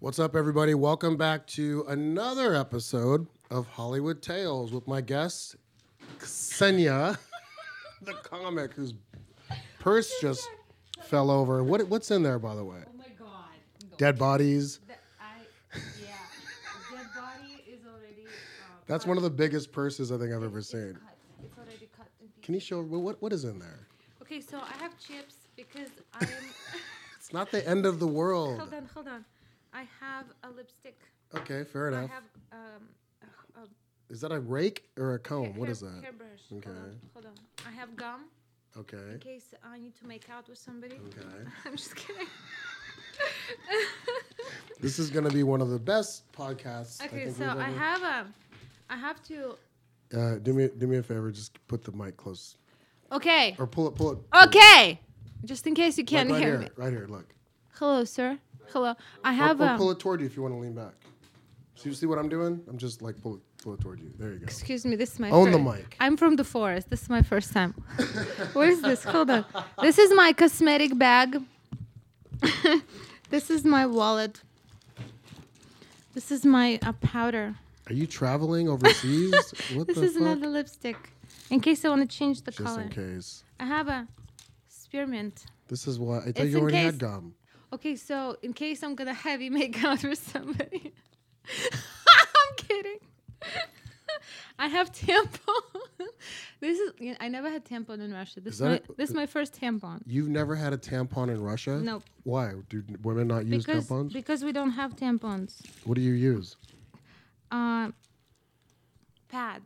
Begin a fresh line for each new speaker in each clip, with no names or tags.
What's up, everybody? Welcome back to another episode of Hollywood Tales with my guest, Ksenia, the comic whose purse just fell over. What, what's in there, by the way?
Oh my god.
Dead bodies.
That, I, yeah. Dead body is already. Um,
That's one of the biggest purses I think I've ever seen.
Cut. It's already cut in pieces.
Can you show what what is in there?
Okay, so I have chips because I'm.
It's not the end of the world.
hold on, hold on. I have a lipstick.
Okay, fair
I
enough.
have um. a- a
Is that a rake or a comb? Oh, What
hair-
is that?
Hairbrush. Okay. Hold on,
Okay.
hold on. I have gum
Okay.
in case I need to make out with somebody.
Okay.
I'm just kidding.
This is going to be one of the best podcasts. I
okay,
think
so
we've
I
ever-
have a. I have to.
Uh, do me do me a favor. Just put the mic close
Okay.
or pull it pull it.
Okay. Just in case Oh, you
Like
can't
right
hear
here,
me.
right here. Look.
Hello, sir. Hello. I
Or-
have um,
or,
a.
oh, pull it toward you if you want to lean back. So you see what I'm doing? I'm just like pull it pull it toward you. There you go.
Excuse me. This is my.
Own the
first-
mic.
I'm from the forest. This is my first time. Where is this? Hold on. This is my cosmetic bag. this is my wallet. This is my uh, powder.
Are you traveling overseas? what
This
the
is
fuck?
another lipstick. In case I want to change the
just
color.
in case.
I have a spearmint.
This is why I thought
It's
you
in
already had
case-
gum.
Okay, so in case I'm gonna heavy make out with somebody, I'm kidding. I have tampon. this is yeah, I never had tampon in Russia. This
Is
is my,
that a-
this is my first tampon
You've never had a tampon in Russia?
Nope.
Why? Do n- women not use
because
tampons?
because we don't have tampons.
what do you use?
Uh, pads.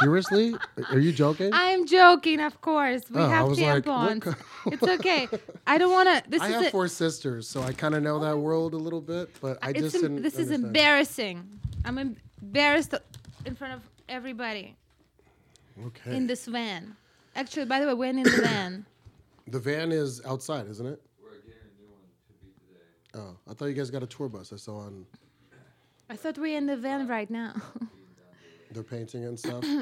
Seriously? Are you joking?
I'm joking, of course. We
Oh, I
have
was like, what
tampons. it's okay. I don't wanna. This
I
is
have
a-
four sisters, so I kind of know that world a little bit, but I
it's
just
em-
didn't.
this is
understand.
embarrassing. I'm embarrassed in front of everybody.
Okay.
in this van. Actually, by the way, we're in the van.
the van is outside, isn't it? Oh, I thought you guys got a tour bus. I saw on
I thought we're in the van right now.
their painting and stuff.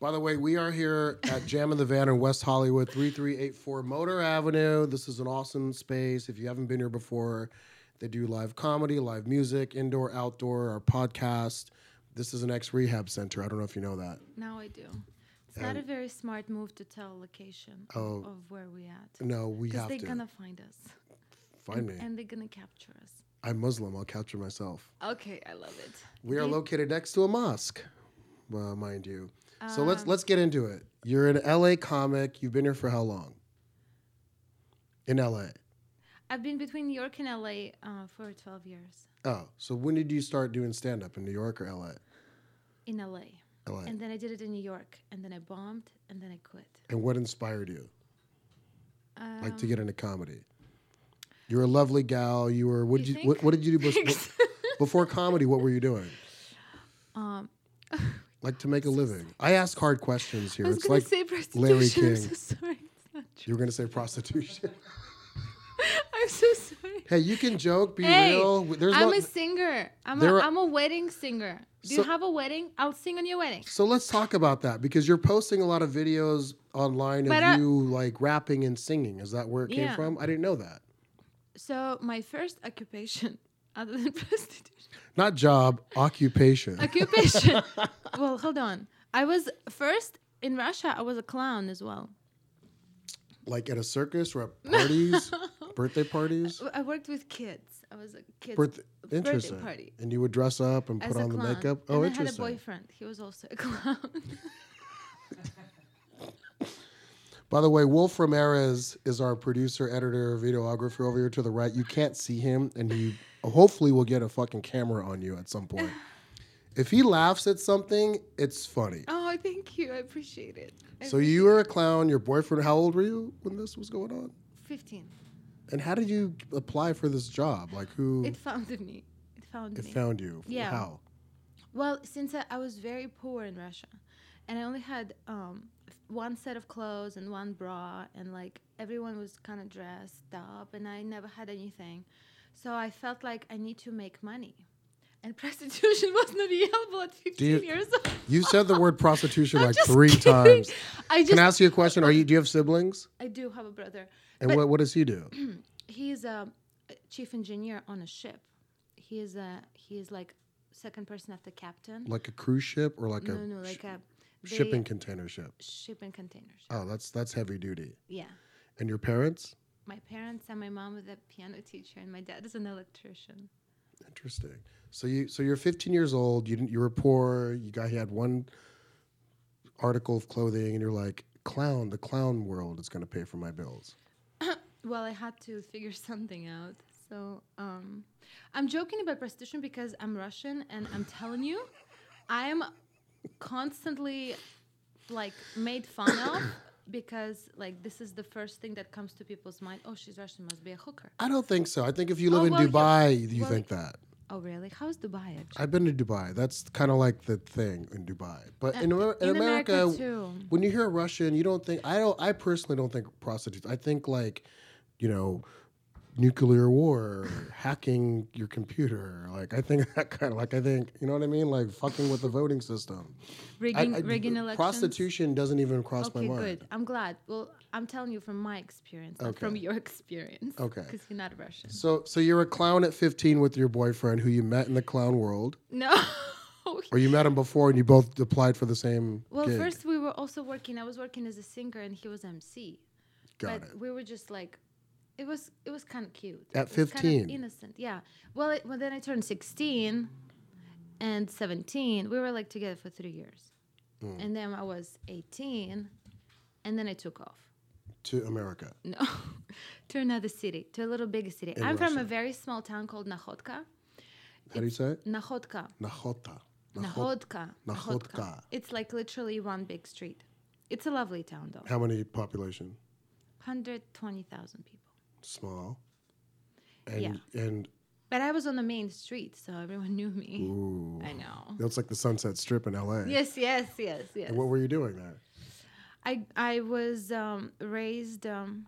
By the way, we are here at Jam in the Van in West Hollywood, 3384 Motor Avenue. This is an awesome space. If you haven't been here before, they do live comedy, live music, indoor, outdoor, our podcast. This is an ex rehab center. I don't know if you know that.
now I do. It's not a very smart move to tell location of- of where we're at.
Oh, No, we
Because
have
they're
to.
going Oh. to find us.
Find me.
And they're going to capture us.
I'm Muslim. I'll capture myself.
Okay, I love it.
We are located next to a mosque, uh, mind you. So
Ah.
let's let's get into it. You're an LA comic. You've been here for how long? In LA.
I've been between New York and LA uh, for 12 years.
Oh, so when did you start doing stand up in New York or LA?
In LA.
LA.
And
And,
then I did it in New York. And then I bombed. And then I quit.
what inspired you?
Um,
Like to get into comedy. You're a lovely gal. You were what did you,
You
what,
think?
what did you do before, before comedy? What were you doing?
um,
Like to make a living. I ask hard questions here.
I was
It's
going
like
to say
Larry
prostitution. I'm
King.
so sorry. It's not true.
you're gonna say prostitution.
I'm so sorry.
hey, you can joke, be
Hey,
real. There's
I'm
no,
a singer. I'm
There
a,
are-
I'm a wedding singer. Do
So-
you have a wedding? I'll sing on your wedding.
So let's talk about that because you're posting a lot of videos online
But,
of
uh,
you like rapping and singing. Is that where it came
Yeah.
from? I didn't know that.
So my first occupation, other than prostitution,
Not job, occupation.
occupation. well, hold on. I was first in Russia. I was a clown as well.
Like at a circus or at parties, birthday parties.
I worked with kids. I was a kid.
Birth-
birthday
interesting.
party.
And you would dress up and put on the makeup. Oh,
and I had a
interesting.
boyfriend. He was also a clown.
By the way, Wolf Ramirez is our producer, editor, videographer over here to the right. You can't see him, and he hopefully will get a fucking camera on you at some point. If he laughs at something, it's funny.
oh, thank you. I appreciate it. I
So you were a clown. Your boyfriend. How old were you when this was going on?
15.
And how did you apply for this job? Like who?
It
It,
found me. It found me.
found you.
Yeah.
How?
Well, since I, I was very poor in Russia, and I only had um, f- one set of clothes and one bra, and like everyone was kind of dressed up, and I never had anything, so I felt like I need to make money, and prostitution was not available at fifteen
you-
years old.
You said the word prostitution
I'm
like
just
three
kidding.
times.
I just
Can I ask you a question? Are you? Do you have siblings?
I do have a brother,
And
But-
what what does he do?
he's a uh, chief engineer on a ship. He is a he is like second person after captain.
Like a cruise ship or like
no,
a
no,
sh-
like a they-
shipping container ship?
shipping containers.
Oh, that's that's heavy duty.
Yeah.
And your parents?
My parents and my mom was a piano teacher and my dad is an electrician.
Interesting. So you so you're 15 years old. You didn't, you were poor. You got you had one article of clothing, and you're like, clown. The clown world is going to pay for my bills.
Well, I had to figure something out. So um, I'm joking about prostitution because I'm Russian and I'm telling you, I'm constantly like made fun of because like this is the first thing that comes to people's mind. Oh, she's Russian, must be a hooker.
I don't think so. I think if you live
Oh,
in
well, you-
Dubai, you,
well,
think that.
Oh, really? How is Dubai? Actually?
I've been to Dubai. That's kind of like the thing in Dubai. But in, Amer- in,
in
America,
America, too.
when you hear Russian, you don't think. I don't. I personally don't think prostitutes. I think like, you know, nuclear war, hacking your computer. Like I think that kind of like I think you know what I mean. Like fucking with the voting system. I-
Rigging,
I- uh,
rigging elections.
Prostitution doesn't even cross
Okay,
my mind.
good. I'm glad. Well, I'm telling you from my experience, not from
Okay.
your experience.
Okay.
Because you're not Russian.
So so you're a clown at 15 with your boyfriend who you met in the clown world,
No.
or you met him before and you both applied for the same.
Well,
gig.
first we were also working. I was working as a singer, and he was MC.
got
but
it.
we were just like, it was it was kind of cute.
At
It was kinda
15.
innocent. Yeah. Well, it, well, then I turned sixteen, and seventeen. We were like together for three years,
Hmm.
and then I was eighteen, and then I took off.
To America.
No, to another city, to a little bigger city.
In
I'm from a
Russia.
very small town called Nahotka.
How do you say it?
Nahotka.
Nahota. Nahot-
Nahotka.
Nahotka.
It's like literally one big street. It's a lovely town though.
How many population?
120,000 people.
Small. And
Yeah.
and
But I was on the main street, so everyone knew me.
ooh,
I know.
that's like the Sunset Strip in L.A.
Yes, yes, yes, yes.
And what were you doing there?
I I was um, raised um,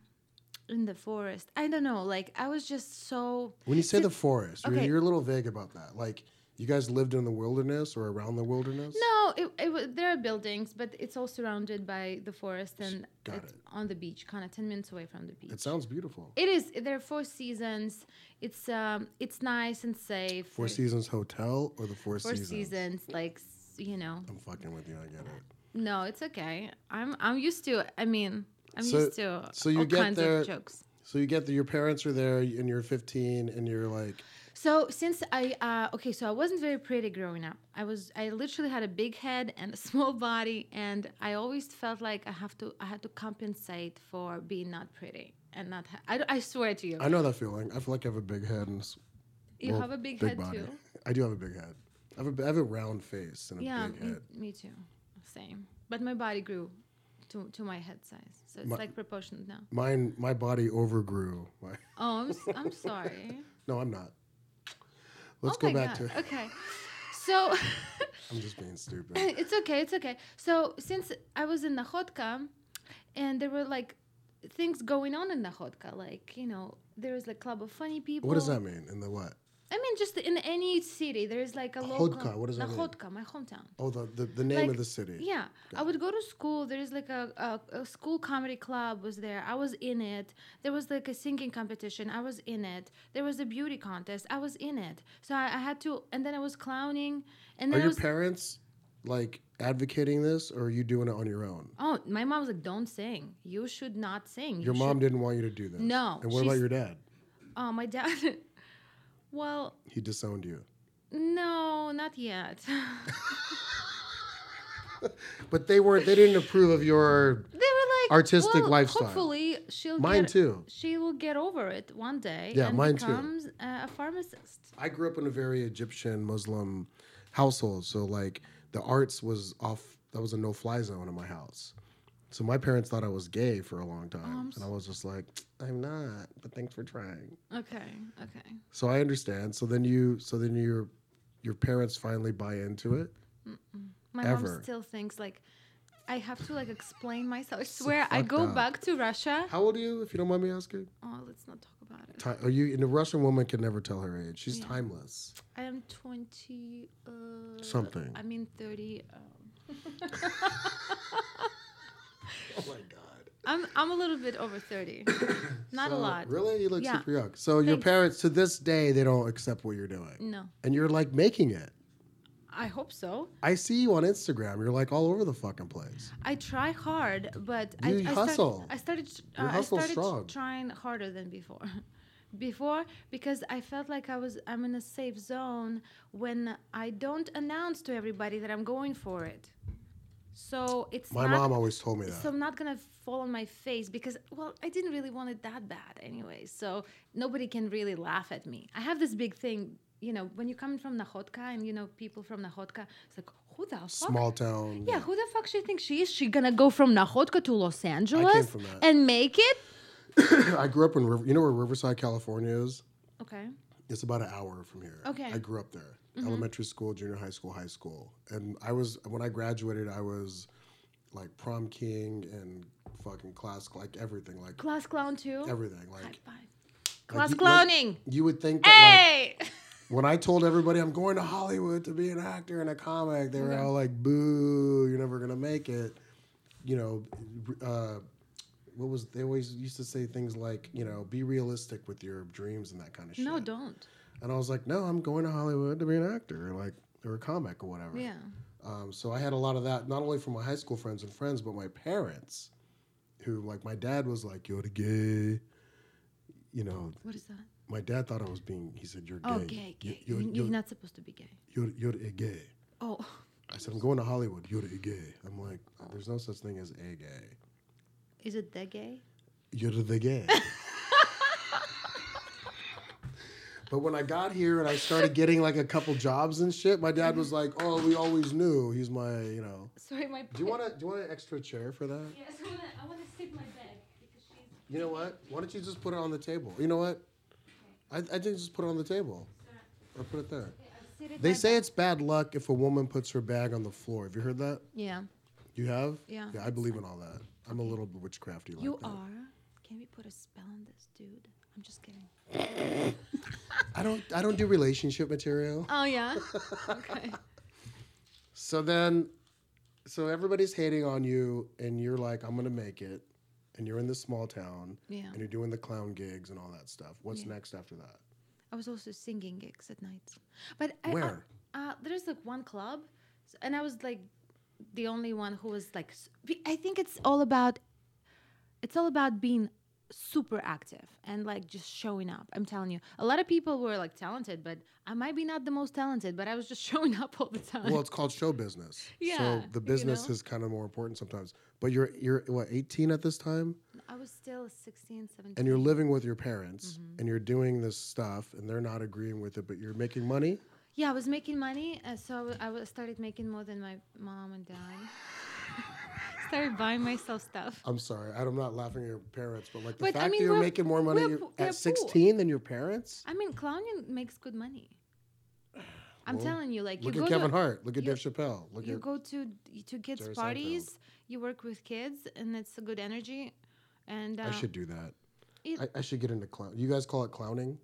in the forest. I don't know. Like I was just so
When you say the forest, you're,
okay.
you're a little vague about that. Like you guys lived in the wilderness or around the wilderness?
no. It, it wa- there are buildings, but it's all surrounded by the forest and
Got
it's
it.
on the beach, kind of ten minutes away from the beach.
It sounds beautiful.
it is. There are four seasons. It's um. It's nice and safe.
Four Seasons Hotel or the Four,
Four
Seasons?
seasons. Like s- you know.
I'm fucking with you. I get it.
No, it's okay. I'm I'm used to. it. I mean, I'm
So-
used to
so you
all
get
kinds
there-
of jokes.
So you get that your parents are there and you're 15 and you're like,
So since I uh, okay, so I wasn't very pretty growing up. I was I literally had a big head and a small body, and I always felt like I have to I had to compensate for being not pretty and not. Ha- I, d- I swear to you,
I know that feeling. I feel like I have a big head and s-
you
well,
have a big, head too.
I do have a big head. I have a, I have a round face and a
Yeah,
big
me,
head.
me too. Same, but my body grew to to my head size, so it's
My-
like proportional now.
Mine, my body overgrew. My,
Oh, I'm, s- I'm sorry.
no, I'm not. Let's
oh
go
my
back
God.
to.
Okay, so.
I'm just being stupid.
it's okay, it's okay. So since I was in Nahotka, and there were like things going on in Nahotka, like you know, there was like club of funny people.
What does that mean? In the what?
I mean, just in any city, there is like a
Nahotka,
local
what does that mean?
Nahotka, my hometown.
Oh, the the, the name
Like,
of the city.
Yeah, I would go to school. There is like a, a, a school comedy club was there. I was in it. There was like a singing competition. I was in it. There was a beauty contest. I was in it. So I, I had to, and then I was clowning, and
Are
then I
your
was
parents like advocating this, or are you doing it on your own?
Oh, my mom was like, "Don't sing. You should not sing."
Your
You
mom didn't want you to do this.
No,
And what about
she's-
your dad?
should-" Oh, my dad. well,
He disowned you.
no, not yet. they
But they were they didn't approve of your.
were like
Artistic
well,
lifestyle.
Hopefully, she'll
Mine
get,
too.
She will get over it one day.
Yeah,
and
mine too.
becomes too. a pharmacist.
I grew up in a very Egyptian Muslim household, so like the arts was off. That was a no fly zone in my house. So my parents thought I was gay for a long time, and I was just like, I'm not. But thanks for trying.
Okay, okay.
So I understand. So then you, so then your your parents finally buy into it.
My
Ever.
mom still thinks like I have to like explain myself. I swear, I
fucked
go
up.
back to Russia.
How old are you, if you don't mind me asking?
Oh, let's not talk about it.
Ti are you? And a Russian woman can never tell her age. She's
Yeah.
timeless.
I am twenty. Uh,
Something.
I uh, mean thirty. Um,
Oh my god.
I'm I'm a little bit over thirty, not
So,
a lot.
Really, you look
Yeah.
super young. So your
Thanks.
parents to this day they don't accept what you're doing,
No,
and you're like making it.
I hope so.
I see you on Instagram. You're like all over the fucking place.
I try hard, but I,
You
I
hustle.
Started, I started. Uh,
Your
I
hustle's
started
strong.
trying harder than before. Before, because I felt like I was I'm in a safe zone when I don't announce to everybody that I'm going for it. So it's
My
not,
mom always told me that.
So I'm not gonna fall on my face because well, I didn't really want it that bad anyway. So nobody can really laugh at me. I have this big thing, you know, when you come from Nahotka and you know people from Nahotka, it's like who the fuck?
Small town.
Yeah, who the fuck she think she is? She gonna go from Nahotka to Los Angeles
from that.
and make it?
I grew up in River. You know where Riverside, California is?
Okay.
It's about an hour from here.
Okay. Mm-hmm.
I grew up there. Elementary school, junior high school, high school, and I was when I graduated, I was like prom king and fucking class, like everything, like
Class clown too.
everything, like.
High
like
five. Class
you- like,
clowning.
you would think that like,
Hey.
when I told everybody I'm going to Hollywood to be an actor and a comic, they were all like, "Boo! You're never gonna make it." You know, uh, what was they always used to say things like, you know, be realistic with your dreams and that kind of shit.
no, don't.
And I was like, no, I'm going to Hollywood to be an actor, or like or a comic or whatever.
Yeah.
Um, so I had a lot of that, not only from my high school friends and friends, but my parents, who like my dad was like, "You're gay," you know.
What is that?
My dad thought I was being. He said, "You're gay.
Oh, gay,
You-
gay.
You're,
You-
you're,
You're not supposed to be gay.
you're, you're a gay.
Oh,
I said, I'm going to Hollywood. You're a gay. I'm like, there's no such thing as a gay.
is it the gay?
You're the gay. but when I got here and I started getting like a couple jobs and shit, my dad was like, oh, we always knew. He's my, you know.
Sorry, my.
Do you want to do you want an extra chair for that?
Yes, I wanna, I wanna sit my bed because she's.
You know what? Why don't you just put it on the table? You know what? I, I think just put it on the table or put it there.
I sit at
They
my
say
bed.
it's bad luck if a woman puts her bag on the floor. Have you heard that?
Yeah.
You have?
Yeah.
Yeah, I believe in all that. I'm a little bit witchcrafty like
You
that.
are. Can we put a spell on this dude? I'm just kidding.
I don't I don't do relationship material.
Oh yeah. okay.
So then so everybody's hating on you and you're like, I'm gonna make it and you're in this small town
Yeah.
and you're doing the clown gigs and all that stuff. What's
Yeah.
next after that?
I was also singing gigs at night. But I,
Where?
Uh, uh, there's like one club, s- and I was like the only one who was like. s- be- I think it's all about. It's all about being super active and like just showing up. I'm telling you, a lot of people were like talented, but I might be not the most talented, but I was just showing up all the time.
Well, it's called show business.
Yeah,
So
you
the business
know?
is kind of more important sometimes. But you're you're what, eighteen at this time?
I was still 16, 17.
And you're living with your parents
Mm-hmm.
and you're doing this stuff and they're not agreeing with it, but you're making money.
yeah, I was making money, uh, so I w- I w- started making more than my mom and dad. started buying myself stuff.
I'm sorry, I'm not laughing at your parents, but like the
But, I
fact
mean,
that you're
we're-
making more money
we're
you're-
po- they're
at
poor.
16 than your parents.
I mean, clowning makes good money. I'm
Well,
telling you, like you
Look
go
at Kevin
to
Hart. Look at
you-
Dave Chappelle. Look
you
at
go to to kids
Jerry Seinfeld.
parties, you work with kids, and it's a good energy. And uh,
I should do that.
it-
I, I should get into clown. You guys call it clowning.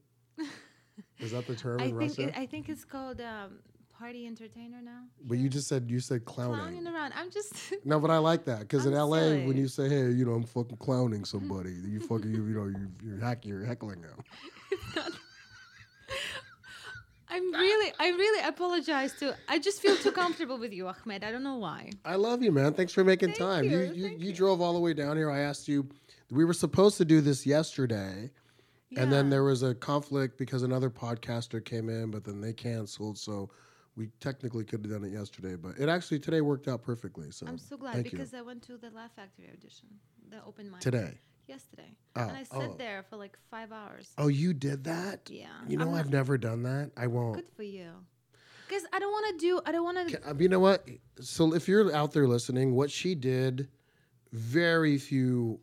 Is that the term
I
in
think
Russia?
it, I think it's called um, party entertainer now.
but you just said you said clowning.
Clowning around. I'm just
No, but I like that because in
I'm
LA, when
silly.
you say, "Hey, you know, I'm fucking clowning somebody," you fucking, you, you know, you, you're hack, you're heckling them.
I'm really I really apologize to. I just feel too comfortable with you, Ahmed. I don't know why.
I love you, man. Thanks for making
Thank
time.
you,
you, you,
thank
you
you.
drove all the way down here. I asked you. We were supposed to do this yesterday. And then
Yeah.
there was a conflict because another podcaster came in, but then they canceled. So we technically could have done it yesterday, but it actually today worked out perfectly. So
I'm so glad
thank you.
because I went to the Laugh Factory audition, the open mic
today.
yesterday,
Oh,
and I sat
oh.
there for like five hours.
Oh, you did that?
Yeah,
You know,
I'm
I've never done that. I won't.
Good for you. Because I don't want to do, I don't want to.
Ca- um, You know what? So if you're out there listening, what she did, very few,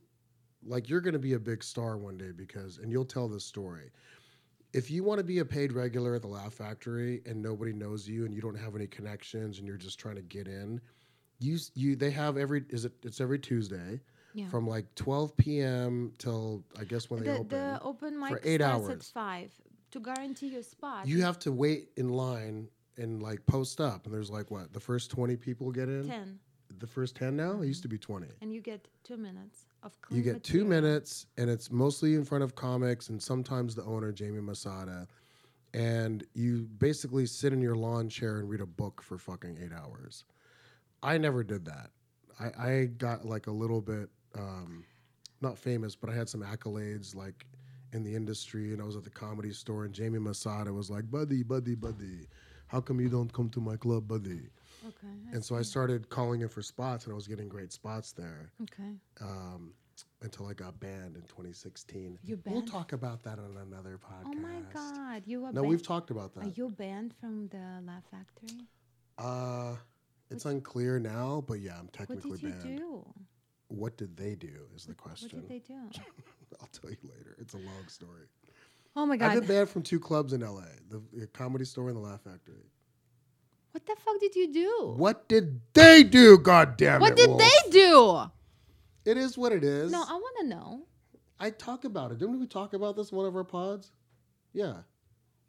like you're going to be a big star one day because, and you'll tell this story. If you want to be a paid regular at the Laugh Factory and nobody knows you and you don't have any connections and you're just trying to get in, you s- you they have every is it it's every Tuesday
Yeah.
from like 12 p.m. till I guess when they
The,
open.
the open mic
eight
starts at
hours.
5 to guarantee your spot.
you have to wait in line and like post up and there's like what the first 20 people get in
10.
the first 10 now. It used to be 20.
and you get two minutes of clean
You get two
material.
minutes, and it's mostly in front of comics and sometimes the owner, Jamie Masada. And you basically sit in your lawn chair and read a book for fucking eight hours. I never did that. I, I got like a little bit, um, not famous, but I had some accolades like in the industry. And I was at the comedy store, and Jamie Masada was like, Buddy, buddy, buddy, how come you don't come to my club, buddy?
Okay. I
And so I
see.
started calling in for spots, and I was getting great spots there
Okay.
um, until I got banned in 2016.
You
We'll
banned?
talk about that on another podcast.
Oh my God! You are.
No,
ban-
we've talked about
Are
that.
you banned from the Laugh Factory?
Uh, it's unclear now, but yeah, I'm
What
technically
did you
banned.
do?
What did they do? Is the
What
question.
did they do?
I'll tell you later. It's a long story.
Oh my
I've
God!
been banned from two clubs in LA: the, the Comedy Store and the Laugh Factory.
What the fuck did you do?
What did they do? God damn
What
it!
did
Wolf?
they do?
It is what it is.
No, I want to know.
I talk about it. Didn't we talk about this in one of our pods? Yeah.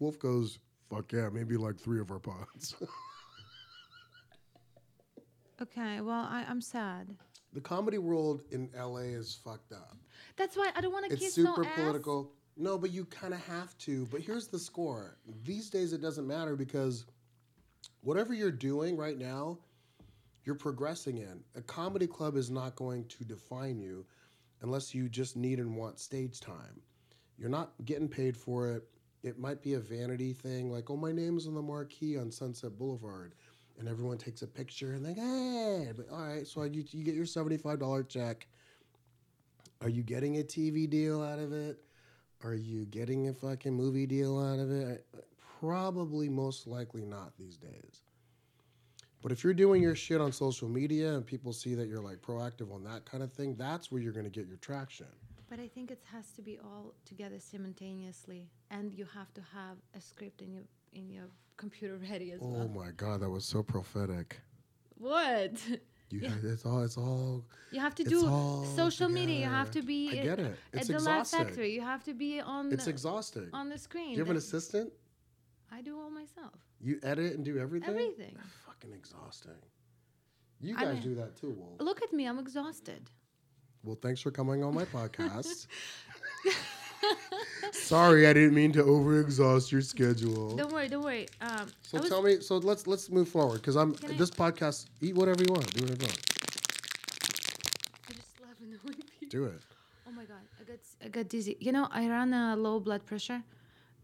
Wolf goes, fuck yeah, maybe like three of our pods.
Okay, well, I, I'm sad.
the comedy world in LA is fucked up.
That's why I don't want to
It's
kiss
super
no ass.
political. No, but you kind of have to. But here's the score. These days it doesn't matter because whatever you're doing right now, you're progressing in. A comedy club is not going to define you unless you just need and want stage time. You're not getting paid for it. It might be a vanity thing, like, oh, my name's on the marquee on Sunset Boulevard. And everyone takes a picture and like, hey, but all right, so you, you get your $75 check. Are you getting a TV deal out of it? Are you getting a fucking movie deal out of it? I- Probably most likely not these days. But if you're doing your shit on social media and people see that you're like proactive on that kind of thing, that's where you're going to get your traction.
But I think it has to be all together simultaneously, and you have to have a script in your in your computer ready as
Oh
well.
my god, that was so prophetic.
What?
You, it's all it's all
You have to
It's
do
all
social media. You have to
together.
be
I
i-
get it.
at
It's
the Laugh
exhausting.
Factory. You have to be on
It's
the,
exhausting.
on the
Do
screen.
you have an
That-
assistant?
I do all myself.
You edit and do everything?
Everything.
Fucking exhausting. You
I
guys
mean-
do that too, Wolf.
Look at me. I'm exhausted.
Well, thanks for coming on my podcast. Sorry, I didn't mean to overexhaust your schedule.
Don't worry. Don't worry. Um,
so
I was-
tell me. So let's let's move forward because I'm
Can I-
this podcast. Eat whatever you want. Do whatever you want.
I just love annoying people.
Do it.
Oh my god, I got s- I got dizzy. You know, I run a low blood pressure,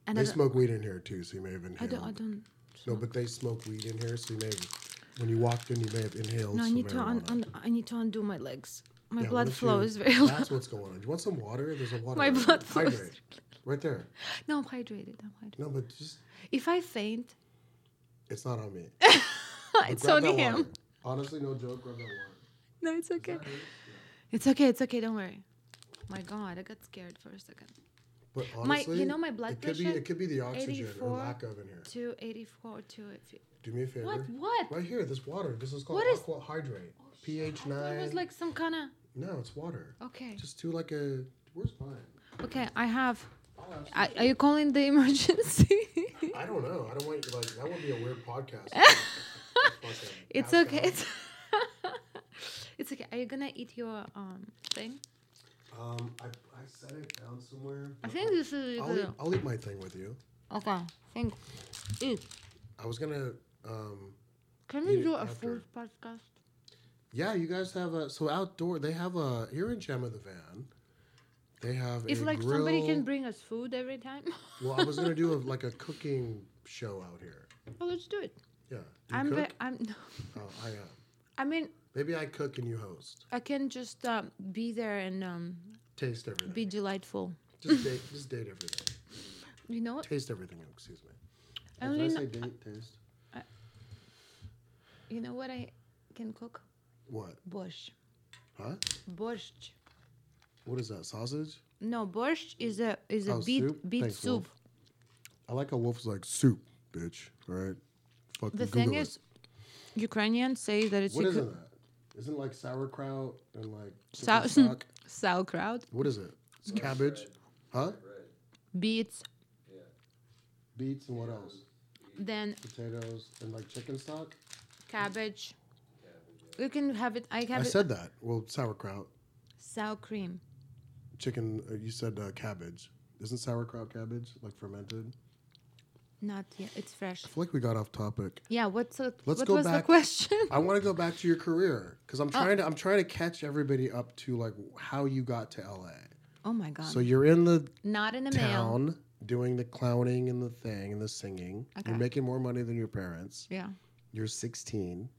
and I
They
don't,
smoke weed in here too, so you may have inhaled.
I don't I don't.
no, but they smoke weed in here, so you may have. When you walked in, you may have inhaled.
No, I
some
need to un,
marijuana.
un, I need to undo my legs. My
Yeah, why
blood
don't
flow
you-
is very low.
That's what's going on. You want some water? There's a water.
My
right there.
blood flow is-
Hydrate. Right there.
No, I'm hydrated. I'm hydrated.
No, but just
If I faint,
it's not on me. But
it's
grab that
only him.
water. Honestly, no joke. Grab that water.
No, it's okay. It's okay. It's okay. Don't worry. My God, I got scared for a second.
But
My- you
honestly,
know my blood
it could Be,
pressure?
it could be the oxygen or
84.
lack of in here.
Two eighty-four. Two. eighty-
Do me a favor.
What? What?
Right here, this water. This is called
What is- Oh,
aqua hydrate.
I
pH
thought
nine.
It was like some kind of.
no, it's water.
Okay.
Just do like a. Where's mine?
Okay. I have.
I'll ask
I, are you calling the emergency?
you. I don't know. I don't want you like that would be a weird podcast. Fucking
It's
ask
okay.
out.
It's, it's okay. Are you gonna eat your um thing?
Um, I, I set it down somewhere.
I
but
think this is
I'll, I'll, eat, I'll eat my thing with you.
okay. Think. Eat.
I was gonna. Um,
Can
Eat
we
it
do a
after.
food podcast?
yeah, you guys have a so outdoor. They have a here in Gem of the Van. They have
If
a
like somebody
grill.
can bring us food every time,
Well, I was gonna do a, like a cooking show out here.
well, let's do it.
Yeah, do you
I'm
cook?
ve- I'm. No.
oh, I am.
I mean,
Maybe I cook and you host.
I can just um, be there and um,
Taste everything.
be delightful.
just date. Just date everything.
You know what?
Taste everything. Excuse me. Did I
I only
say
know,
date? Taste.
you know what I can cook?
What?
Borscht.
Huh?
Borscht.
What is that? Sausage?
No, borscht is a is a
Oh,
beet
soup?
beet
Thanks,
soup.
Wolf. I like how Wolf's like soup, bitch. All right. Fucking
The
Google
thing
it.
is, Ukrainians say that it's
what is
Ukra-
it? that? Isn't it like sauerkraut and like
Sau-
chicken stock?
sauerkraut,
What is it? It's cabbage, huh?
beets,
Beets and what else?
then
Potatoes and like chicken stock.
cabbage, You can have it. I have
I
it.
said that. Well, sauerkraut,
sour cream.
chicken. Uh, you said uh, cabbage. Isn't sauerkraut cabbage like fermented?
Not yet. It's fresh.
I feel like we got off topic.
Yeah. What's the,
Let's
what
go
was the
back-
question?
I want to go back to your career because
Oh.
I'm trying to I'm trying to catch everybody up to like how you got to LA.
oh my god.
So you're in the
Not in the mail.
town doing the clowning and the thing and the singing. You're
Okay.
making more money than your parents.
Yeah. Mm-hmm.
You're 16.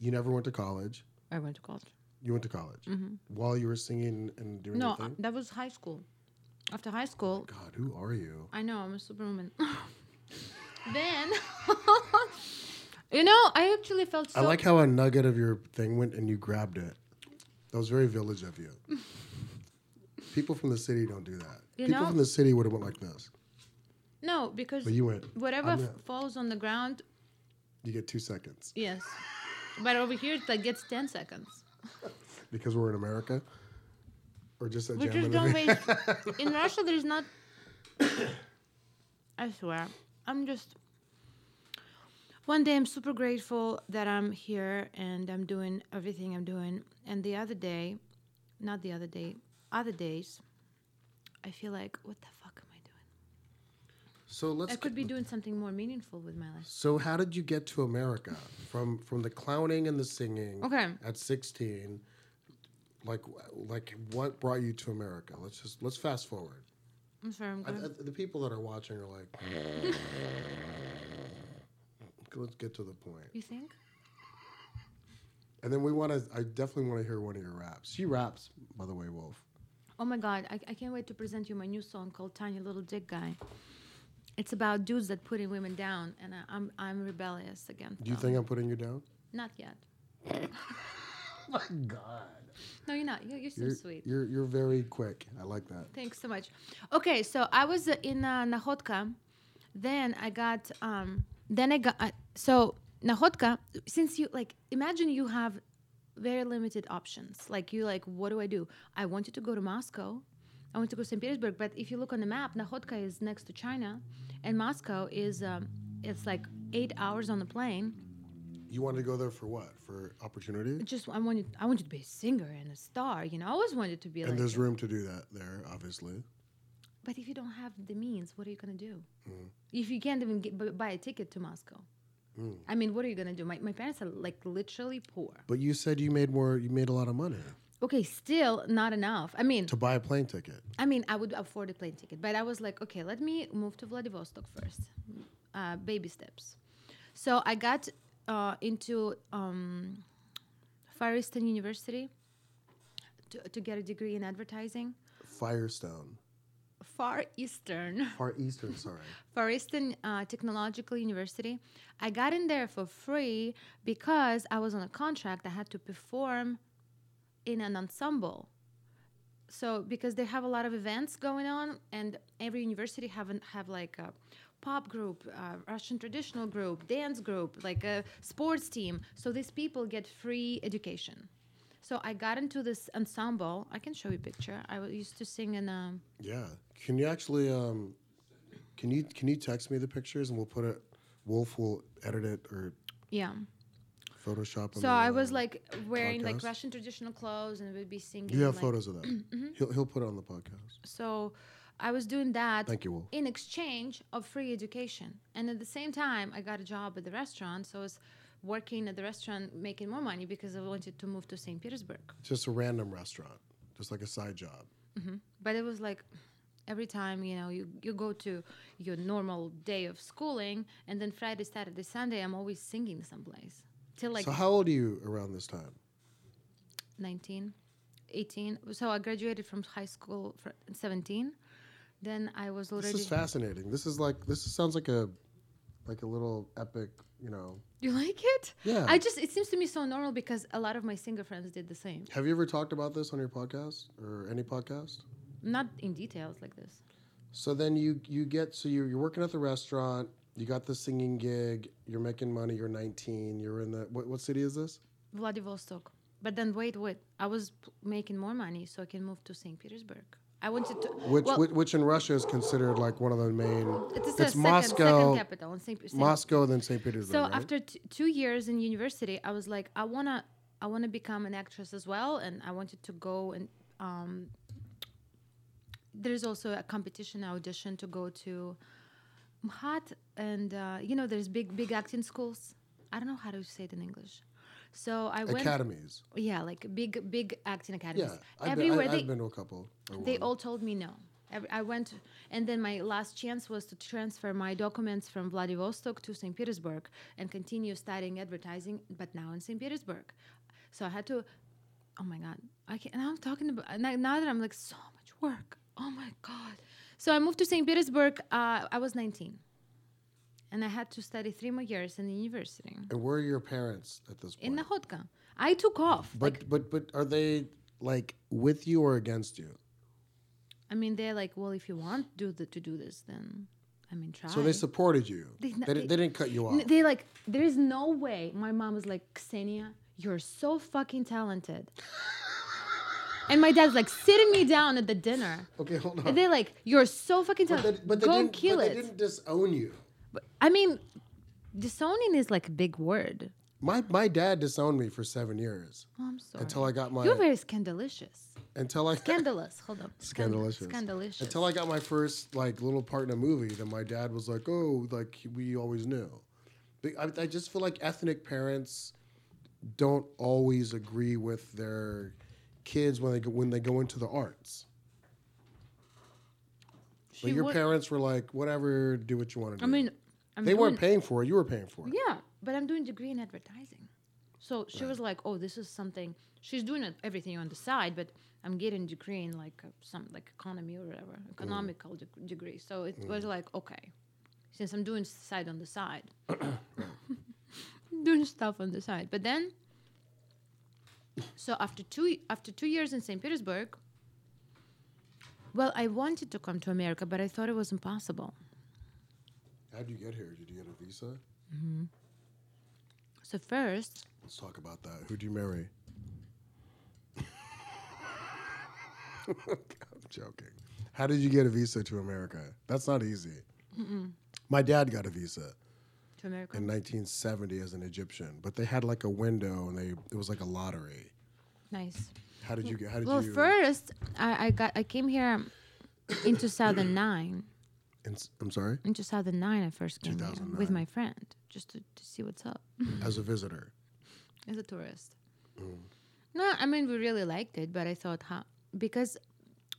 You never went to college.
I went to college.
You went to college while you were singing and doing
Mm-hmm. No,
the thing.
that was high school. After high school,
God, who are you?
I know I'm a superwoman. then, you know, I actually felt so.
I like how a nugget of your thing went and you grabbed it. That was very village of you. People from the city don't do that.
You
People
know-
from the city would have went like this,
no, because
but you went.
whatever
I'm
f-
not-
falls on the ground,
You get two seconds
yes. But over here, it like gets ten seconds.
because we're in America, or just at
We
jam
just
in
don't
the
wait. In Russia, there's not. I swear, I'm just. One day, I'm super grateful that I'm here and I'm doing everything I'm doing. And the other day, not the other day, other days, I feel like, what the fuck am I doing?
So let's.
I
go-
could be doing something more meaningful with my life.
So how did you get to America from from the clowning and the singing?
Okay.
At sixteen, like like what brought you to America? Let's just let's fast forward.
I'm sorry, I'm
I,
going.
I, the people that are watching are like, let's get to the point.
You think?
And then we want to. I definitely want to hear one of your raps. She raps, by the way, Wolf.
Oh my God, I, I can't wait to present you my new song called Tiny Little Dick Guy. It's about dudes that putting women down, and I, I'm, I'm rebellious against
Do you
them.
think I'm putting you down?
Not yet.
My God,
No, you're not. You're, you're so
you're,
sweet.
You're you're very quick. I like that.
Thanks so much. Okay, so I was uh, in uh, Nahotka. Then I got. Um, then I got. Uh, so Nahotka, since you like, imagine you have very limited options. Like you like, what do I do? I wanted to go to Moscow. I want to go to St. Petersburg, but if you look on the map, Nahotka is next to China, and Moscow is um, it's like eight hours on the plane.
You wanted to go there for what? For opportunity?
Just I wanted I wanted to be a singer and a star. You know, I always wanted to be
And
like.
there's room to do that there, obviously.
But if you don't have the means, what are you going to do? If you can't even get, bu- buy a ticket to Moscow, I mean, what are you going to do? My, my parents are like literally poor.
But you said you made more. You made a lot of money
Okay, still not enough. I mean,
to buy a plane ticket.
I mean, I would afford a plane ticket, but I was like, okay, let me move to Vladivostok first. Uh, baby steps. So I got uh, into um, Far Eastern University to, to get a degree in advertising.
Firestone,
Far Eastern.
Far Eastern. Sorry.
Far Eastern uh, Technological University. I got in there for free because I was on a contract. I had to perform in an ensemble. So because they have a lot of events going on, and every university have an, have like a pop group, uh, Russian traditional group, dance group, like a sports team. So these people get free education. So I got into this ensemble. I can show you a picture. I w- used to sing in um, a.
Yeah. Can you actually? Um, can you can you text me the pictures and we'll put it. Wolf will edit it or
Yeah.
Photoshop. uh, them
So
in
I
the-
was like wearing like
podcast?
Russian traditional clothes and would be singing.
You have
like- Mm-hmm.
photos of that. He'll he'll put it on the podcast.
So I was doing that
Thank you, Wolf.
in exchange of free education. And at the same time, I got a job at the restaurant. So I was working at the restaurant, making more money because I wanted to move to St. Petersburg.
Just a random restaurant, just like a side job.
But it was like every time, you know, you, you go to your normal day of schooling and then Friday, Saturday, Sunday, I'm always singing someplace till like
so how old are you around this time?
19, 18. So I graduated from high school for 17. Then I was
This
already.
is fascinating. This is like this is, sounds like a like a little epic. You know.
you like it?
Yeah.
I just, it seems to me so normal because a lot of my singer friends did the same.
Have you ever talked about this on your podcast or any podcast?
Not in details like this.
So then you you get so you you're working at the restaurant. You got the singing gig. You're making money. You're 19. You're in the what, what city is this?
Vladivostok. But then wait, wait. I was p- making more money so I can move to St. Petersburg. I wanted to.
Which,
well,
which, which in Russia is considered like one of the main.
It is
It's,
the second,
Moscow,
second capital. in Saint, Saint-
Moscow, then Saint Petersburg.
so
right?
after t- two years in university, I was like, I wanna, I wanna become an actress as well, and I wanted to go and. Um, there's also a competition audition to go to Mhat, and uh, you know, there's big, big acting schools. I don't know how to say it in English. So I went.
academies,
Yeah, like big, big acting academies.
yeah, I've been, I,
Everywhere
have
they,
been to a couple. or
they
one.
all told me no. Every- I went, and then my last chance was to transfer my documents from Vladivostok to St. Petersburg and continue studying advertising, but now in St. Petersburg. So I had to, oh my God, I can't, now I'm talking about, and I- now that I'm like, so much work. Oh my God. So I moved to St. Petersburg, uh, I was 19. And I had to study three more years in the university
And where are your parents at this point?
in Nahodka. I took off.
but but but are they like with you or against you?
I mean, they're like, well, if you want do the, to do this, then I mean, try.
So they supported you. They,
They not-
di- they,
they-
didn't cut you off.
N- They like, there is no way. My mom was like, Ksenia, you're so fucking talented. and my dad's like sitting me down at the dinner.
okay, hold on.
And they're like, you're so fucking
but they,
talented.
but they
Go
didn't,
kill
but
it.
They didn't disown you.
But- I mean, disowning is like a big word.
My my dad disowned me for seven years
Oh, I'm sorry.
until I got my
you're very scandalicious.
until I
Scandalous. Hold on.
Scandalous.
Scandalicious.
Until I got my first like little part in a movie, then my dad was like, "Oh, like he- we always knew." But I, I just feel like ethnic parents don't always agree with their kids when they go, when they go into the arts.
She
But your
wa-
parents were like, "Whatever, do what you want to do."
I mean,
they
I'm doing-
weren't paying for it; you were paying for it.
Yeah, but I'm doing degree in advertising. So she was like, "Oh, this is something." She's doing it- everything on the side, but I'm getting degree in like uh, some like economy or whatever, economical deg- degree. So it was like, okay, since I'm doing side on the side, doing stuff on the side. But then, so after two after two years in Saint Petersburg, well, I wanted to come to America, but I thought it was impossible.
How'd you get here? Did you get a visa?
So first,
Let's talk about that. Who'd you marry? I'm joking. How did you get a visa to America? That's not easy. My dad got a visa
to America,
in 1970 as an Egyptian, but they had like a window and they it was like a lottery.
nice.
How did you get? How did
Well,
you?
first I, I got I came here um, in 2009.
in, I'm sorry.
In 2009, I first came here with my friend just to, to see what's up
As a visitor,
as a tourist.
Mm.
No, I mean we really liked it, but I thought, huh, because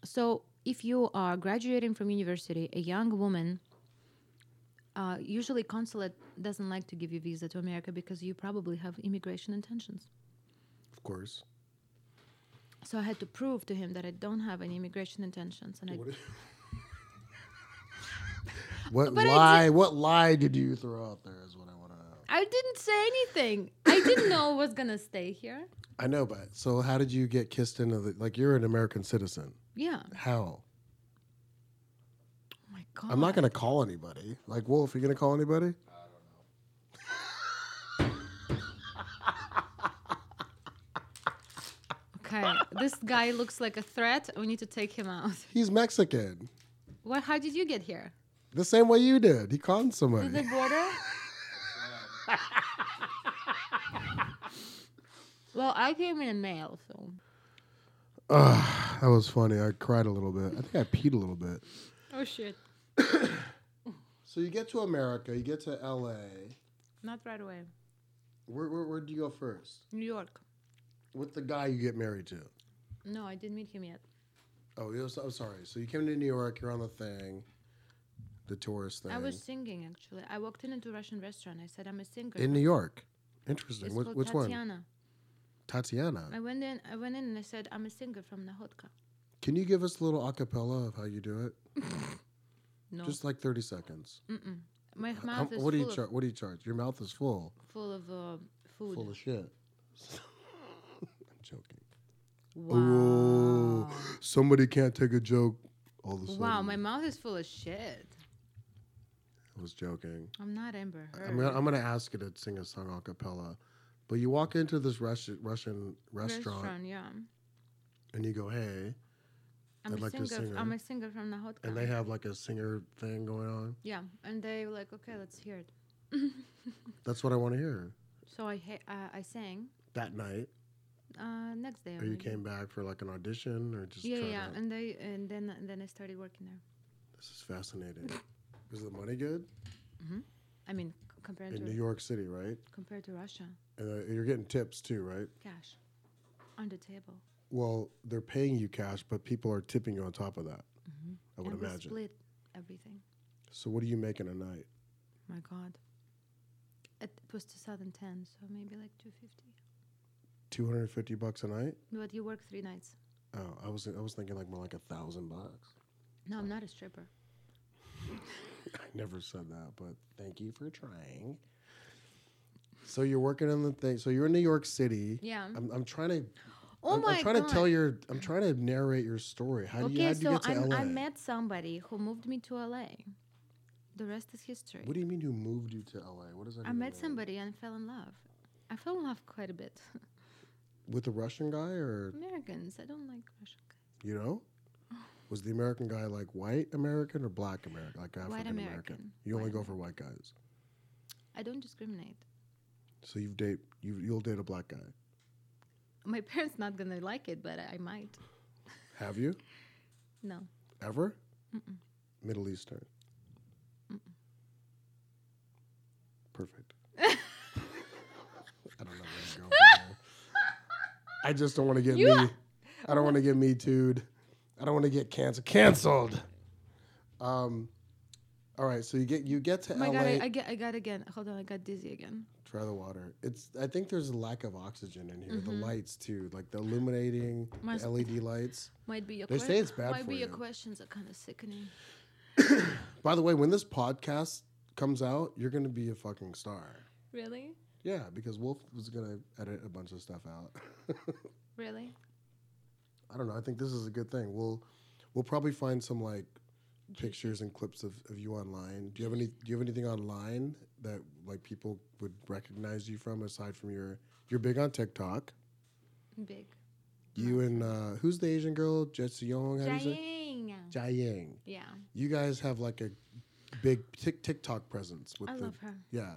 so if you are graduating from university, a young woman. Uh, usually, consulate doesn't like to give you visa to America because you probably have immigration intentions.
of course.
So I had to prove to him that I don't have any immigration intentions, and I
What, what
But I
lie? What lie did you throw out there? Is what I want to know.
I didn't say anything. I didn't know I was gonna stay here.
I know, but so how did you get kissed into the like? You're an American citizen.
Yeah.
How?
Oh my god.
I'm not gonna call anybody. Like Wolf, you gonna call anybody?
Okay. This guy looks like a threat. We need to take him out.
He's Mexican,
What? How did you get here?
the same way you did. He called
Through the
somebody.
border. well, I came in a mail, so
Ugh, that was funny. I cried a little bit. I think I peed a little bit.
oh shit.
So you get to America, you get to L.A.
Not right away.
Where where, where do you go first?
New York.
With the guy you get married to.
No, I didn't meet him yet.
Oh, you I'm sorry. So you came to New York. You're on the thing, the tourist thing.
I was singing actually. I walked in into a Russian restaurant. I said, "I'm a singer."
in New York.
it's
Interesting. What,
called
which one?
Tatiana.
Tatiana.
I went in. I went in and I said, "I'm a singer from Nahodka."
Can you give us a little acapella of how you do it?
No.
Just like 30 seconds.
Mm-mm. My
How-
mouth is
what do you
full,
charge? What do you charge? Your mouth is full.
of, full of uh, food.
Full of shit. I'm joking.
wow.
Ooh, somebody can't take a joke. All of a sudden,
Wow, my mouth is full of shit.
I was joking.
I'm not Amber Heard.
I'm gonna, I'm gonna ask you to sing a song a cappella, but you walk into this Russian Russian restaurant
yeah.
and you go, "Hey,
I'm
I'd
a
like to
singer.
sing
I'm
it.
a singer from Nahotka.
And they have like a singer thing going on.
yeah, and they were like, okay, let's hear it.
That's what I want to hear.
So I ha- uh, I sang.
That night,
Uh, next day.
or Oh, you
already.
came back for like an audition, or just
Yeah,
tried
yeah,
out?
and they and then then I started working there.
This is fascinating. Is the money good
I mean, c- compared
in
to
New York City, right?
compared to Russia,
And uh, you're getting tips too, right?
cash on the table.
Well, they're paying you cash, but people are tipping you on top of that. I would
Mm-hmm. and we
imagine.
split everything.
So, what are you making a night?
My God. It was 2010, so maybe like 250.
Two hundred and fifty bucks a night?
But you work three nights.
Oh, I was I was thinking like more like a thousand bucks.
No, I'm not a stripper.
I never said that, but thank you for trying. So you're working on the thing. So you're in New York City.
Yeah.
I'm, I'm trying to.
oh
I'm,
my
I'm trying
God.
to tell your. I'm trying to narrate your story. How do you,
Okay,
how'd you
so
get to
I'm,
LA?
I met somebody who moved me to LA. The rest is history.
What do you mean? Who moved you to LA? What does that?
I
even
met
mean?
somebody and fell in love. I fell in love quite a bit.
with a Russian guy, or
Americans, I don't like Russian guys.
you know, was the American guy like white American or black American? Like African
American.
You only
White
go for white guys.
I don't discriminate.
So you've date you you'll date a black guy.
My parents not gonna like it, but I, I might.
Have you
No,
ever? Middle Eastern. Perfect. I don't know where to go. from there. I just don't want to get
You-
me. I don't want to get me tooed. I don't want to get canceled. Canceled. Um. All right. So you get you get to
oh my
LA.
God, I, I get, I got again. Hold on, I got dizzy again.
Try the water. It's. I think there's a lack of oxygen in here. The lights too, like the illuminating
Mm-hmm. My s-
the LED lights.
Might be your.
They say it's bad
Might
for
be your
you.
questions are kind of sickening.
By the way, when this podcast comes out, you're gonna be a fucking star.
Really,
Yeah, because Wolf was gonna edit a bunch of stuff out.
really.
I don't know. I think this is a good thing. We'll we'll probably find some like pictures and clips of, of you online. Do you have any Do you have anything online that like people would recognize you from aside from your You're big on TikTok.
Big. Mm-hmm.
You and uh, who's the Asian girl? Jessie Young. How do you say?
Dang.
Jai Yang.
Yeah,
You guys have like a big Tik TikTok presence with
I
the
love her.
yeah.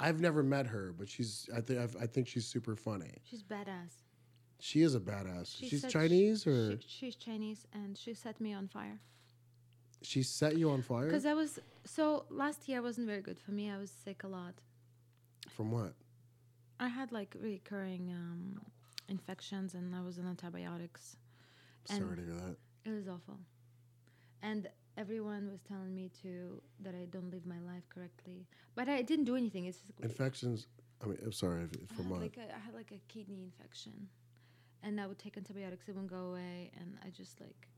I've never met her, but she's I think I've- I think she's super funny.
She's badass.
She is a badass.
She
She's,
said
Chinese,
she-
or
she- she's Chinese, and she set me on fire.
she set you on fire
Because I was so last year wasn't very good for me. I was sick a lot.
from what?
I had like recurring um, infections, and I was on antibiotics. And-
Sorry to hear that.
It was awful, and everyone was telling me to that I don't live my life correctly, but I didn't do anything. It's just
Infections. I mean, I'm sorry if-
I
from what?
had Uh, like a, I had like a kidney infection, and I would take antibiotics. It wouldn't go away, and I just like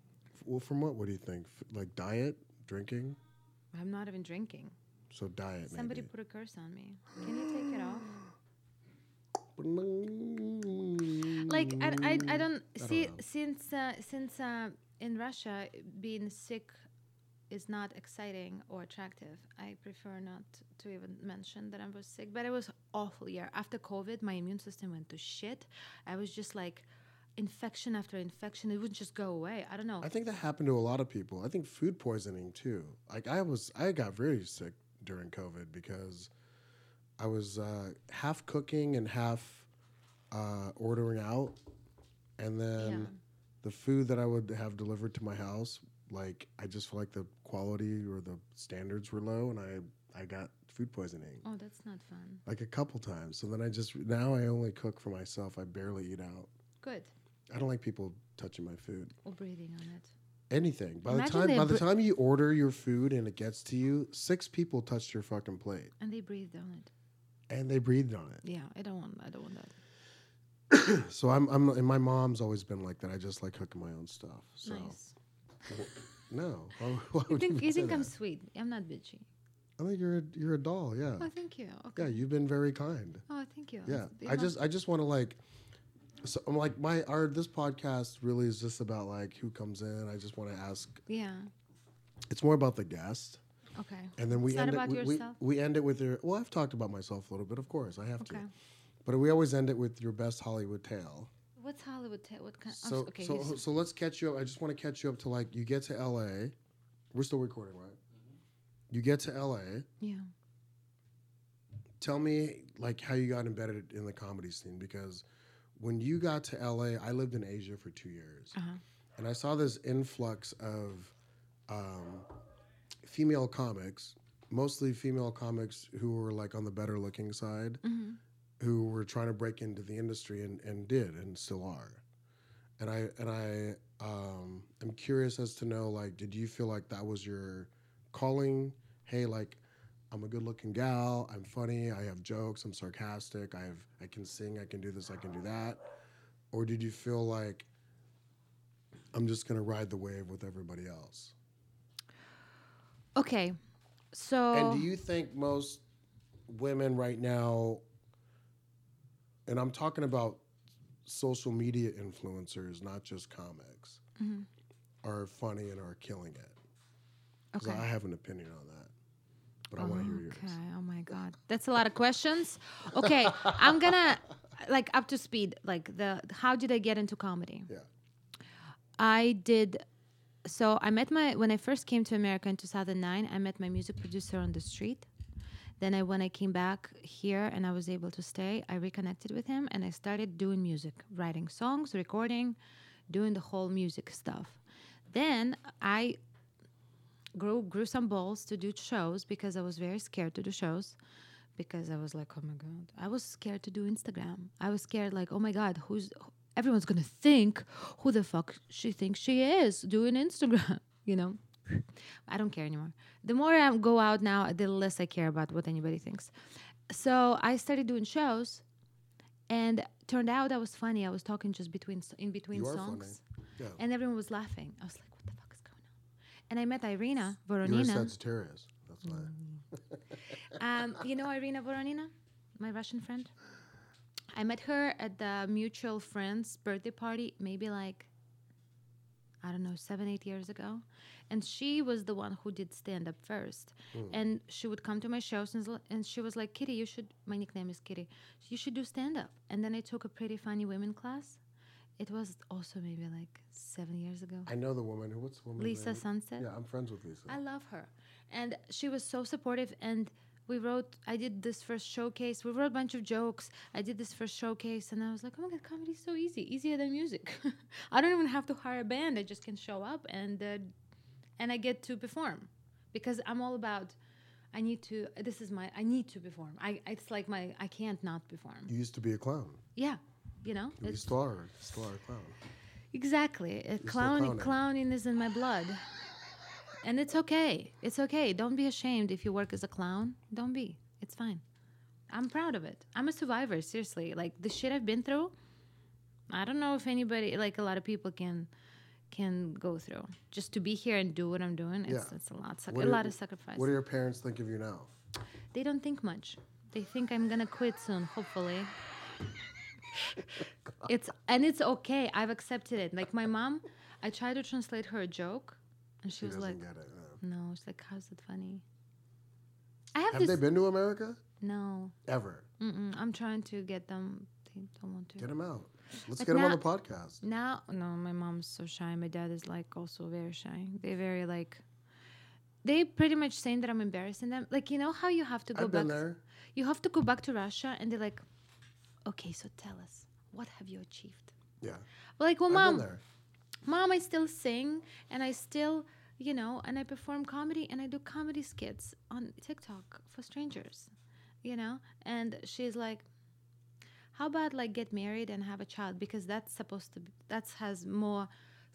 well, from what? What do you think? F- Like diet, drinking.
I'm not even drinking.
So diet.
Somebody put a curse on me. Can you take it off?
maybe.
like I, I, I don't
don't
see
know.
since uh, since uh, in Russia being sick is not exciting or attractive. I prefer not to even mention that I was sick, but it was awful year. After COVID, my immune system went to shit. I was just like infection after infection. It wouldn't just go away. I don't know.
I think that happened to a lot of people. I think food poisoning too. Like I was, I got very sick during COVID because I was uh, half cooking and half uh, ordering out, and then
Yeah.
the food that I would have delivered to my house, like I just felt like the quality or the standards were low, and I I got food poisoning
oh, that's not fun.
like a couple times. So then I just now I only cook for myself. I barely eat out.
Good.
I don't like people touching my food
Or breathing on it.
anything. By
Imagine
the time
they
by the
br-
time you order your food and it gets to you, six people touched your fucking plate
And they breathed on it.
and they breathed on it.
Yeah, I don't want. I don't want that.
So I'm I'm and my mom's always been like that. I just like cooking my own stuff. So
nice.
no, why, why
You
would you
think
even
you
say
think I'm
that?
sweet? I'm not bitchy.
I think you're a, you're a doll. Yeah,
Oh, thank you. Okay.
yeah. You've been very kind.
Oh, thank you.
Yeah,
It's- you
I
know,
just I just want to like. So I'm like my our this podcast really is just about like who comes in. I just want to ask.
yeah.
It's more about the guest.
Okay.
And then we
It's not
end
about
it, we- we,
yourself?
we end it with your well, I've talked about myself a little bit, of course. I have
Okay.
to. But we always end it with your best Hollywood tale.
What's Hollywood? Te- what kind? I'm s-
So,
okay,
so,
you s-
so let's catch you up. I just want to catch you up to like you get to LA. We're still recording, right? You get to LA.
yeah.
Tell me like how you got embedded in the comedy scene because when you got to LA, I lived in Asia for two years,
Uh-huh.
and I saw this influx of um, female comics, mostly female comics who were like on the better looking side,
hmm
who were trying to break into the industry and, and did and still are. And I and I um, am curious as to know like, did you feel like that was your calling? Hey, like, I'm a good looking gal. I'm funny. I have jokes. I'm sarcastic. I have I can sing. I can do this. I can do that. Or did you feel like I'm just gonna ride the wave with everybody else?
Okay, so
And do you think most women right now, and I'm talking about social media influencers, not just comics,
Mhm.
are funny and are killing it? Because
okay.
I have an opinion on that, but I want to hear yours.
Okay. Oh my God, that's a lot of questions. Okay, I'm gonna like up to speed. Like the how did I get into comedy?
Yeah.
I did. So I met my when I first came to America in 2009. I met my music producer on the street. Then I when I came back here and I was able to stay, I reconnected with him and I started doing music, writing songs, recording, doing the whole music stuff. Then I grew grew some balls to do shows because I was very scared to do shows because I was like, oh my god, I was scared to do Instagram. I was scared like, oh my god, who's everyone's gonna think who the fuck she thinks she is doing Instagram, you know? I don't care anymore. The more I go out now, the less I care about what anybody thinks. So I started doing shows, and turned out I was funny. I was talking just between in between
You are
songs,
funny. Yeah.
and everyone was laughing. I was like, what the fuck is going on? And I met Irina
You're a
Voronina.
Sagittarius. That's why.
Mm. Um, you know Irina Voronina, my Russian friend? I met her at the mutual friend's birthday party, maybe like, I don't know, seven, eight years ago. And she was the one who did stand up first. And she would come to my shows and, s- and she was like, Kitty, you should, my nickname is Kitty, you should do stand up. And then I took a pretty funny women class. It was also maybe like seven years ago.
I know the woman. who- What's the woman?
Lisa Sunset.
Yeah, I'm friends with Lisa.
I love her. And she was so supportive. And we wrote, I did this first showcase. We wrote a bunch of jokes. I did this first showcase. And I was like, oh my God, comedy is so easy, easier than music. I don't even have to hire a band. I just can show up and, uh, and I get to perform because I'm all about. I need to. This is my. I need to perform. I. It's like my. I can't not perform.
you used to be a clown.
Yeah, you know.
You
It's,
still are. Still are a clown.
Exactly. Uh, clown,
clowning.
clowning is in my blood. And it's okay. It's okay. Don't be ashamed if you work as a clown. Don't be. It's fine. I'm proud of it. I'm a survivor, seriously. Like the shit I've been through, I don't know if anybody like a lot of people can can go through. Just to be here and do what I'm doing, it's,
Yeah.
it's a lot sac-
What
a
are-
lot of sacrifice.
What do your parents think of you now?
They don't think much. They think I'm gonna quit soon, hopefully. it's and it's okay. I've accepted it. Like my mom, I tried to translate her a joke, and she,
She
was
doesn't
like,
get it. yeah.
"No." She's like, "How's it funny?" I have,
Have they
this.
been to America?
no,
Ever.
Mm-mm. I'm trying to get them. They don't want to.
Get him out. Let's
Like
get him on
now-
the podcast.
Now, no, my mom's so shy. My dad is like also very shy. They very like. They pretty much saying that I'm embarrassing them. Like you know how you have to go
I've
back.
been there.
you have to go back to Russia and they're like, okay, so tell us, what have you achieved?
Yeah.
We're like, well,
I've been
mom,
there.
mom, I still sing and I still, you know, and I perform comedy and I do comedy skits on TikTok for strangers, you know? And she's like, how about like get married and have a child because that's supposed to be, that has more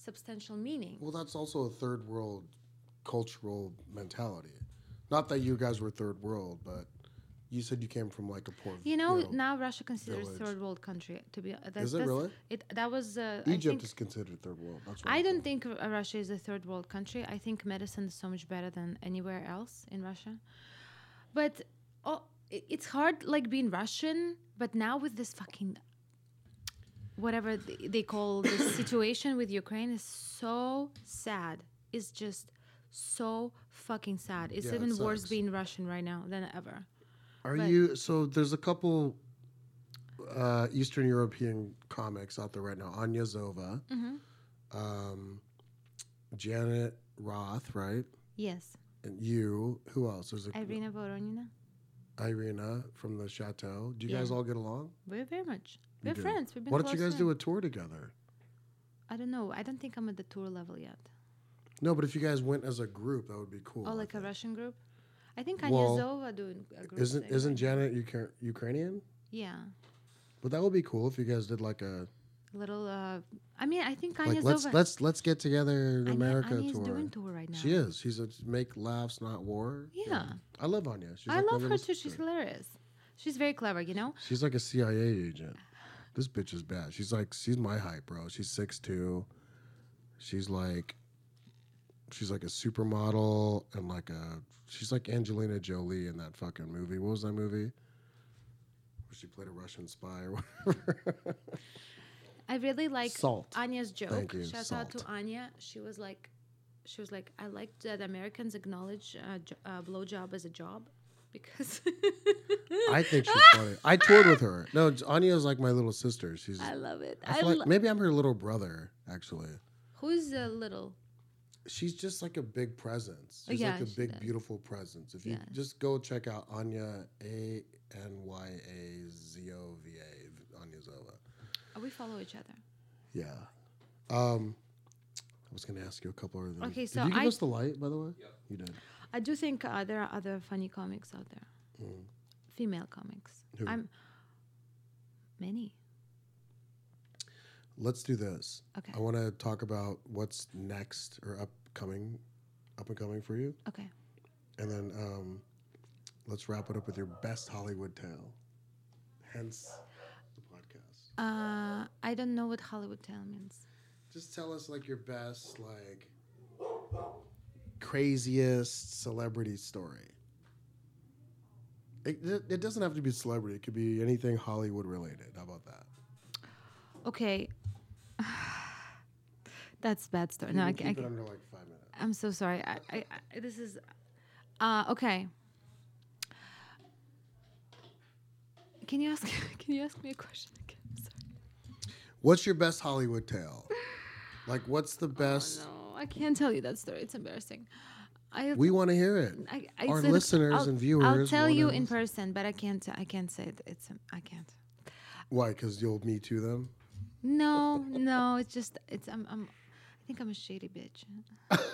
substantial meaning.
Well, that's also a third world cultural mentality. Not that you guys were third world, but you said you came from like a poor.
You know,
you
now Russia considers
village.
third world country to be. uh, That,
Is it
that's-
really?
It that was uh, I
Egypt
think-
is considered third world. That's what
I
I'm
don't think uh, Russia is a third world country. I think medicine is so much better than anywhere else in Russia. But oh, i- it's hard like being Russian, but now with this fucking whatever th- they call the situation with Ukraine is so sad. It's just so fucking sad. It's
Yeah, it
even worse
sucks.
being Russian right now than ever.
Are
but-
you so? There's a couple uh, Eastern European comics out there right now. Anya Zova,
Mm-hmm.
um, Janet Roth, right?
Yes.
And you. Who else? There's a,
Irina Voronina.
Irina from the Chateau. Do you
Yeah.
guys all get along?
We're very much.
You
We're
do.
friends. We've been.
Why don't you
close
guys do
friends.
a tour together?
I don't know. I don't think I'm at the tour level yet.
No, but if you guys went as a group, that would be cool.
Oh,
I
like a
think.
Russian group. I think
Well,
Anya Zova doing a group.
Isn't
thing,
isn't
right?
Janet Ukra- Ukrainian?
Yeah,
But that would be cool if you guys did like a
little. Uh, I mean, I think Anya
like let's
Zova.
let's let's get together in
Anya-
America
Anya's
tour.
doing tour right now.
She is. She's a make laughs, not war.
Yeah.
I love Anya. She's
I
like my
love her
little
too. She's
sister.
hilarious. She's very clever, you know.
she's like a CIA agent. This bitch is bad. She's like she's my height, bro. She's six two. She's like she's like a supermodel and like a she's like Angelina Jolie in that fucking movie. What was that movie? Where she played a Russian spy or whatever.
I really like
Salt.
Anya's joke.
Thank you,
Shout out to
salt.
Anya. She was like, she was like, I like that Americans acknowledge uh, j- uh, blowjob as a job because
I think she's funny. I toured with her. No, Anya's like my little sister. She's
I love it.
I
I,
feel
lo-
like maybe I'm her little brother, actually.
who's a little.
She's just like a big presence.
Oh,
She's
yeah,
like a
she
big,
does.
beautiful presence. If you
Yeah.
just go check out Anya A N Y A Z O V A Anya Zova.
Oh, we follow each other.
Yeah. Um I was gonna ask you a couple other things.
Okay,
did
so
you give
I-
us the light, by the way? You did.
I do think uh, there are other funny comics out there, female comics.
Mm. Who?
I'm many.
Let's do this.
Okay.
I wanna talk about what's next or upcoming up and coming for you.
Okay.
And then um, let's wrap it up with your best Hollywood tale. Hence the podcast.
Uh, I don't know what Hollywood Tale means.
Just tell us like your best, like craziest celebrity story. It, it- it doesn't have to be celebrity. It could be anything Hollywood related. How about that?
Okay. That's bad story.
You
No,
can
I, ca- I
keep
ca-
it under like five minutes.
I'm so sorry. I, I, I this is uh, okay. Can you ask? Can you ask me a question again? I'm sorry.
What's your best Hollywood tale? Like, what's the best?
Oh, No, I can't tell you that story. It's embarrassing. I,
We want to hear it.
I, I
Our
said-
listeners
I'll-
and viewers
I'll tell
wanna-
you in person, but I can't. I can't say it. It's. I can't.
Why? Because you'll me too them.
No, no. It's just. It's. I'm. I'm I think I'm a shady bitch.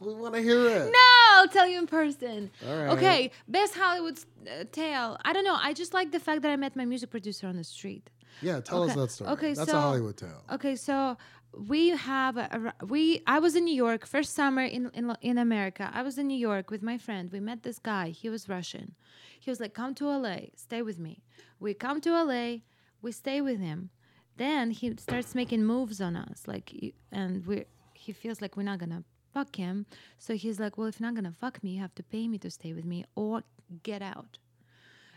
We want to hear it.
No, I'll tell you in person.
All right.
Okay, best Hollywood uh, tale. I don't know. I just like the fact that I met my music producer on the street.
Yeah, tell us
Okay.
that story.
Okay,
That's
so-
a Hollywood tale.
Okay, so we have a, a- we. I was in New York first summer in, in in America. I was in New York with my friend. We met this guy. He was Russian. He was like, "Come to LA, stay with me." We come to LA. We stay with him. Then he starts making moves on us, like, y- and we. He feels like we're not gonna fuck him. So he's like, "Well, if you're not gonna fuck me, you have to pay me to stay with me or get out."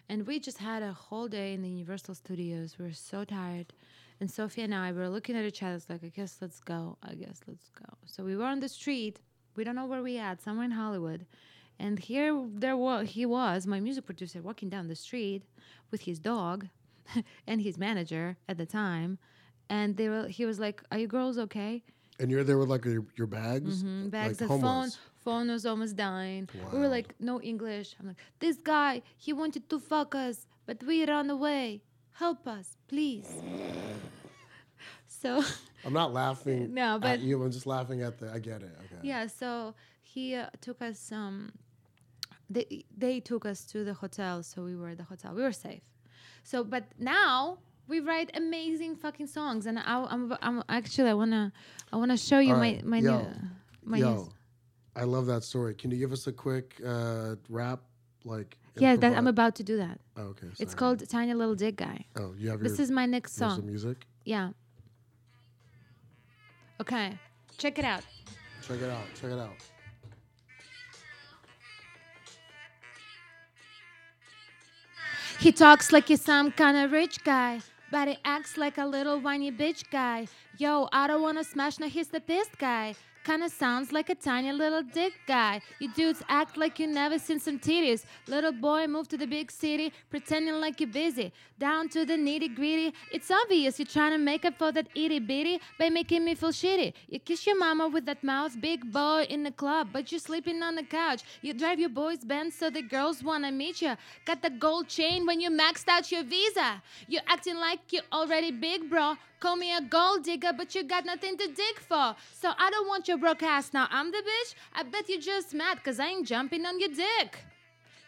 And we just had a whole day in the Universal Studios. We were so tired. And Sophia and I were looking at each other it's like, I guess let's go. I guess let's go. So we were on the street. We don't know where we at, somewhere in Hollywood. And here there was he was, my music producer, walking down the street with his dog and his manager at the time. And they were he was like, Are you girls okay?
And you're there with like your, your bags,
Mm, bags
like
and phone
homeless.
phone was almost dying we were
Wow.
like no english i'm like this guy he wanted to fuck us but we ran away help us please so
I'm not laughing.
No, but-
at you, I'm just laughing at the. I get it. Okay.
yeah so he uh, took us um they they took us to the hotel so we were at the hotel we were safe so but now we write amazing fucking songs and I, I'm, I'm actually i want to i want to show you
All right,
my my
yo,
new my
Yo,
new
I love that story. Can you give us a quick uh, rap? Like.
yeah that, i'm
improvi-
about to do that
Oh, okay.
It's
sorry.
called Tiny Little Dick Guy.
Oh, you have your.
This is my next
there's some
song.
music.
Yeah. Okay. Check it out.
Check it out. Check it out.
He talks like he's some kind of rich guy, but he acts like a little whiny bitch guy. Yo, I don't wanna smash, no, he's the pissed guy. kind of sounds like a tiny little dick guy. You dudes act like you never seen some titties. Little boy moved to the big city, pretending like you're busy. Down to the nitty gritty. It's obvious you're trying to make up for that itty bitty by making me feel shitty. You kiss your mama with that mouth, big boy in the club, but you're sleeping on the couch. You drive your boys' Benz so the girls wanna meet you. Got the gold chain when you maxed out your visa. You're acting like you're already big, bro. Call me a gold digger, but you got nothing to dig for. So I don't want your broke ass now. I'm the bitch. I bet you're just mad because I ain't jumping on your dick.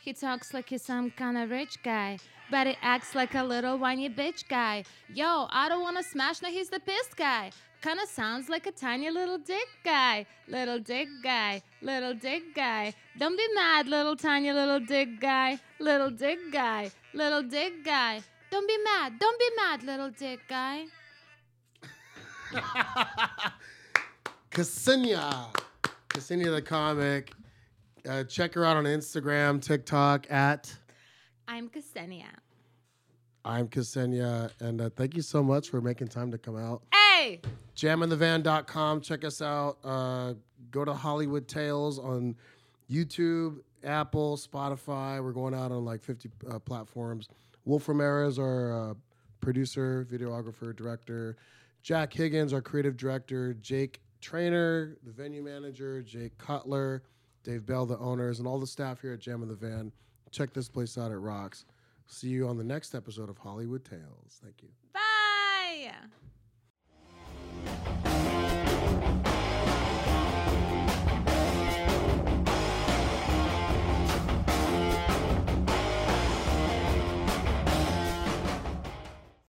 He talks like he's some kind of rich guy, but he acts like a little whiny bitch guy. Yo, I don't want to smash now. He's the pissed guy. Kind of sounds like a tiny little dick guy. Little dick guy. Little dick guy. Don't be mad, little tiny little dick guy. Little dick guy. Little dick guy. Don't be mad. Don't be mad, little dick guy.
Ksenia. Ksenia the comic. Uh, check her out on Instagram, TikTok at
I'm Ksenia.
I'm Ksenia. And uh, thank you so much for making time to come out.
Hey!
jaminthevan.com. Check us out. Uh, go to Hollywood Tales on YouTube, Apple, Spotify. We're going out on like 50 uh, platforms. Wolfram Era is our uh, producer, videographer, director. Jack Higgins, our creative director. Jake Trainer, the venue manager. Jake Cutler, Dave Bell, the owners, and all the staff here at Jam in the Van. Check this place out. It rocks. See you on the next episode of Hollywood Tales. Thank you.
Bye!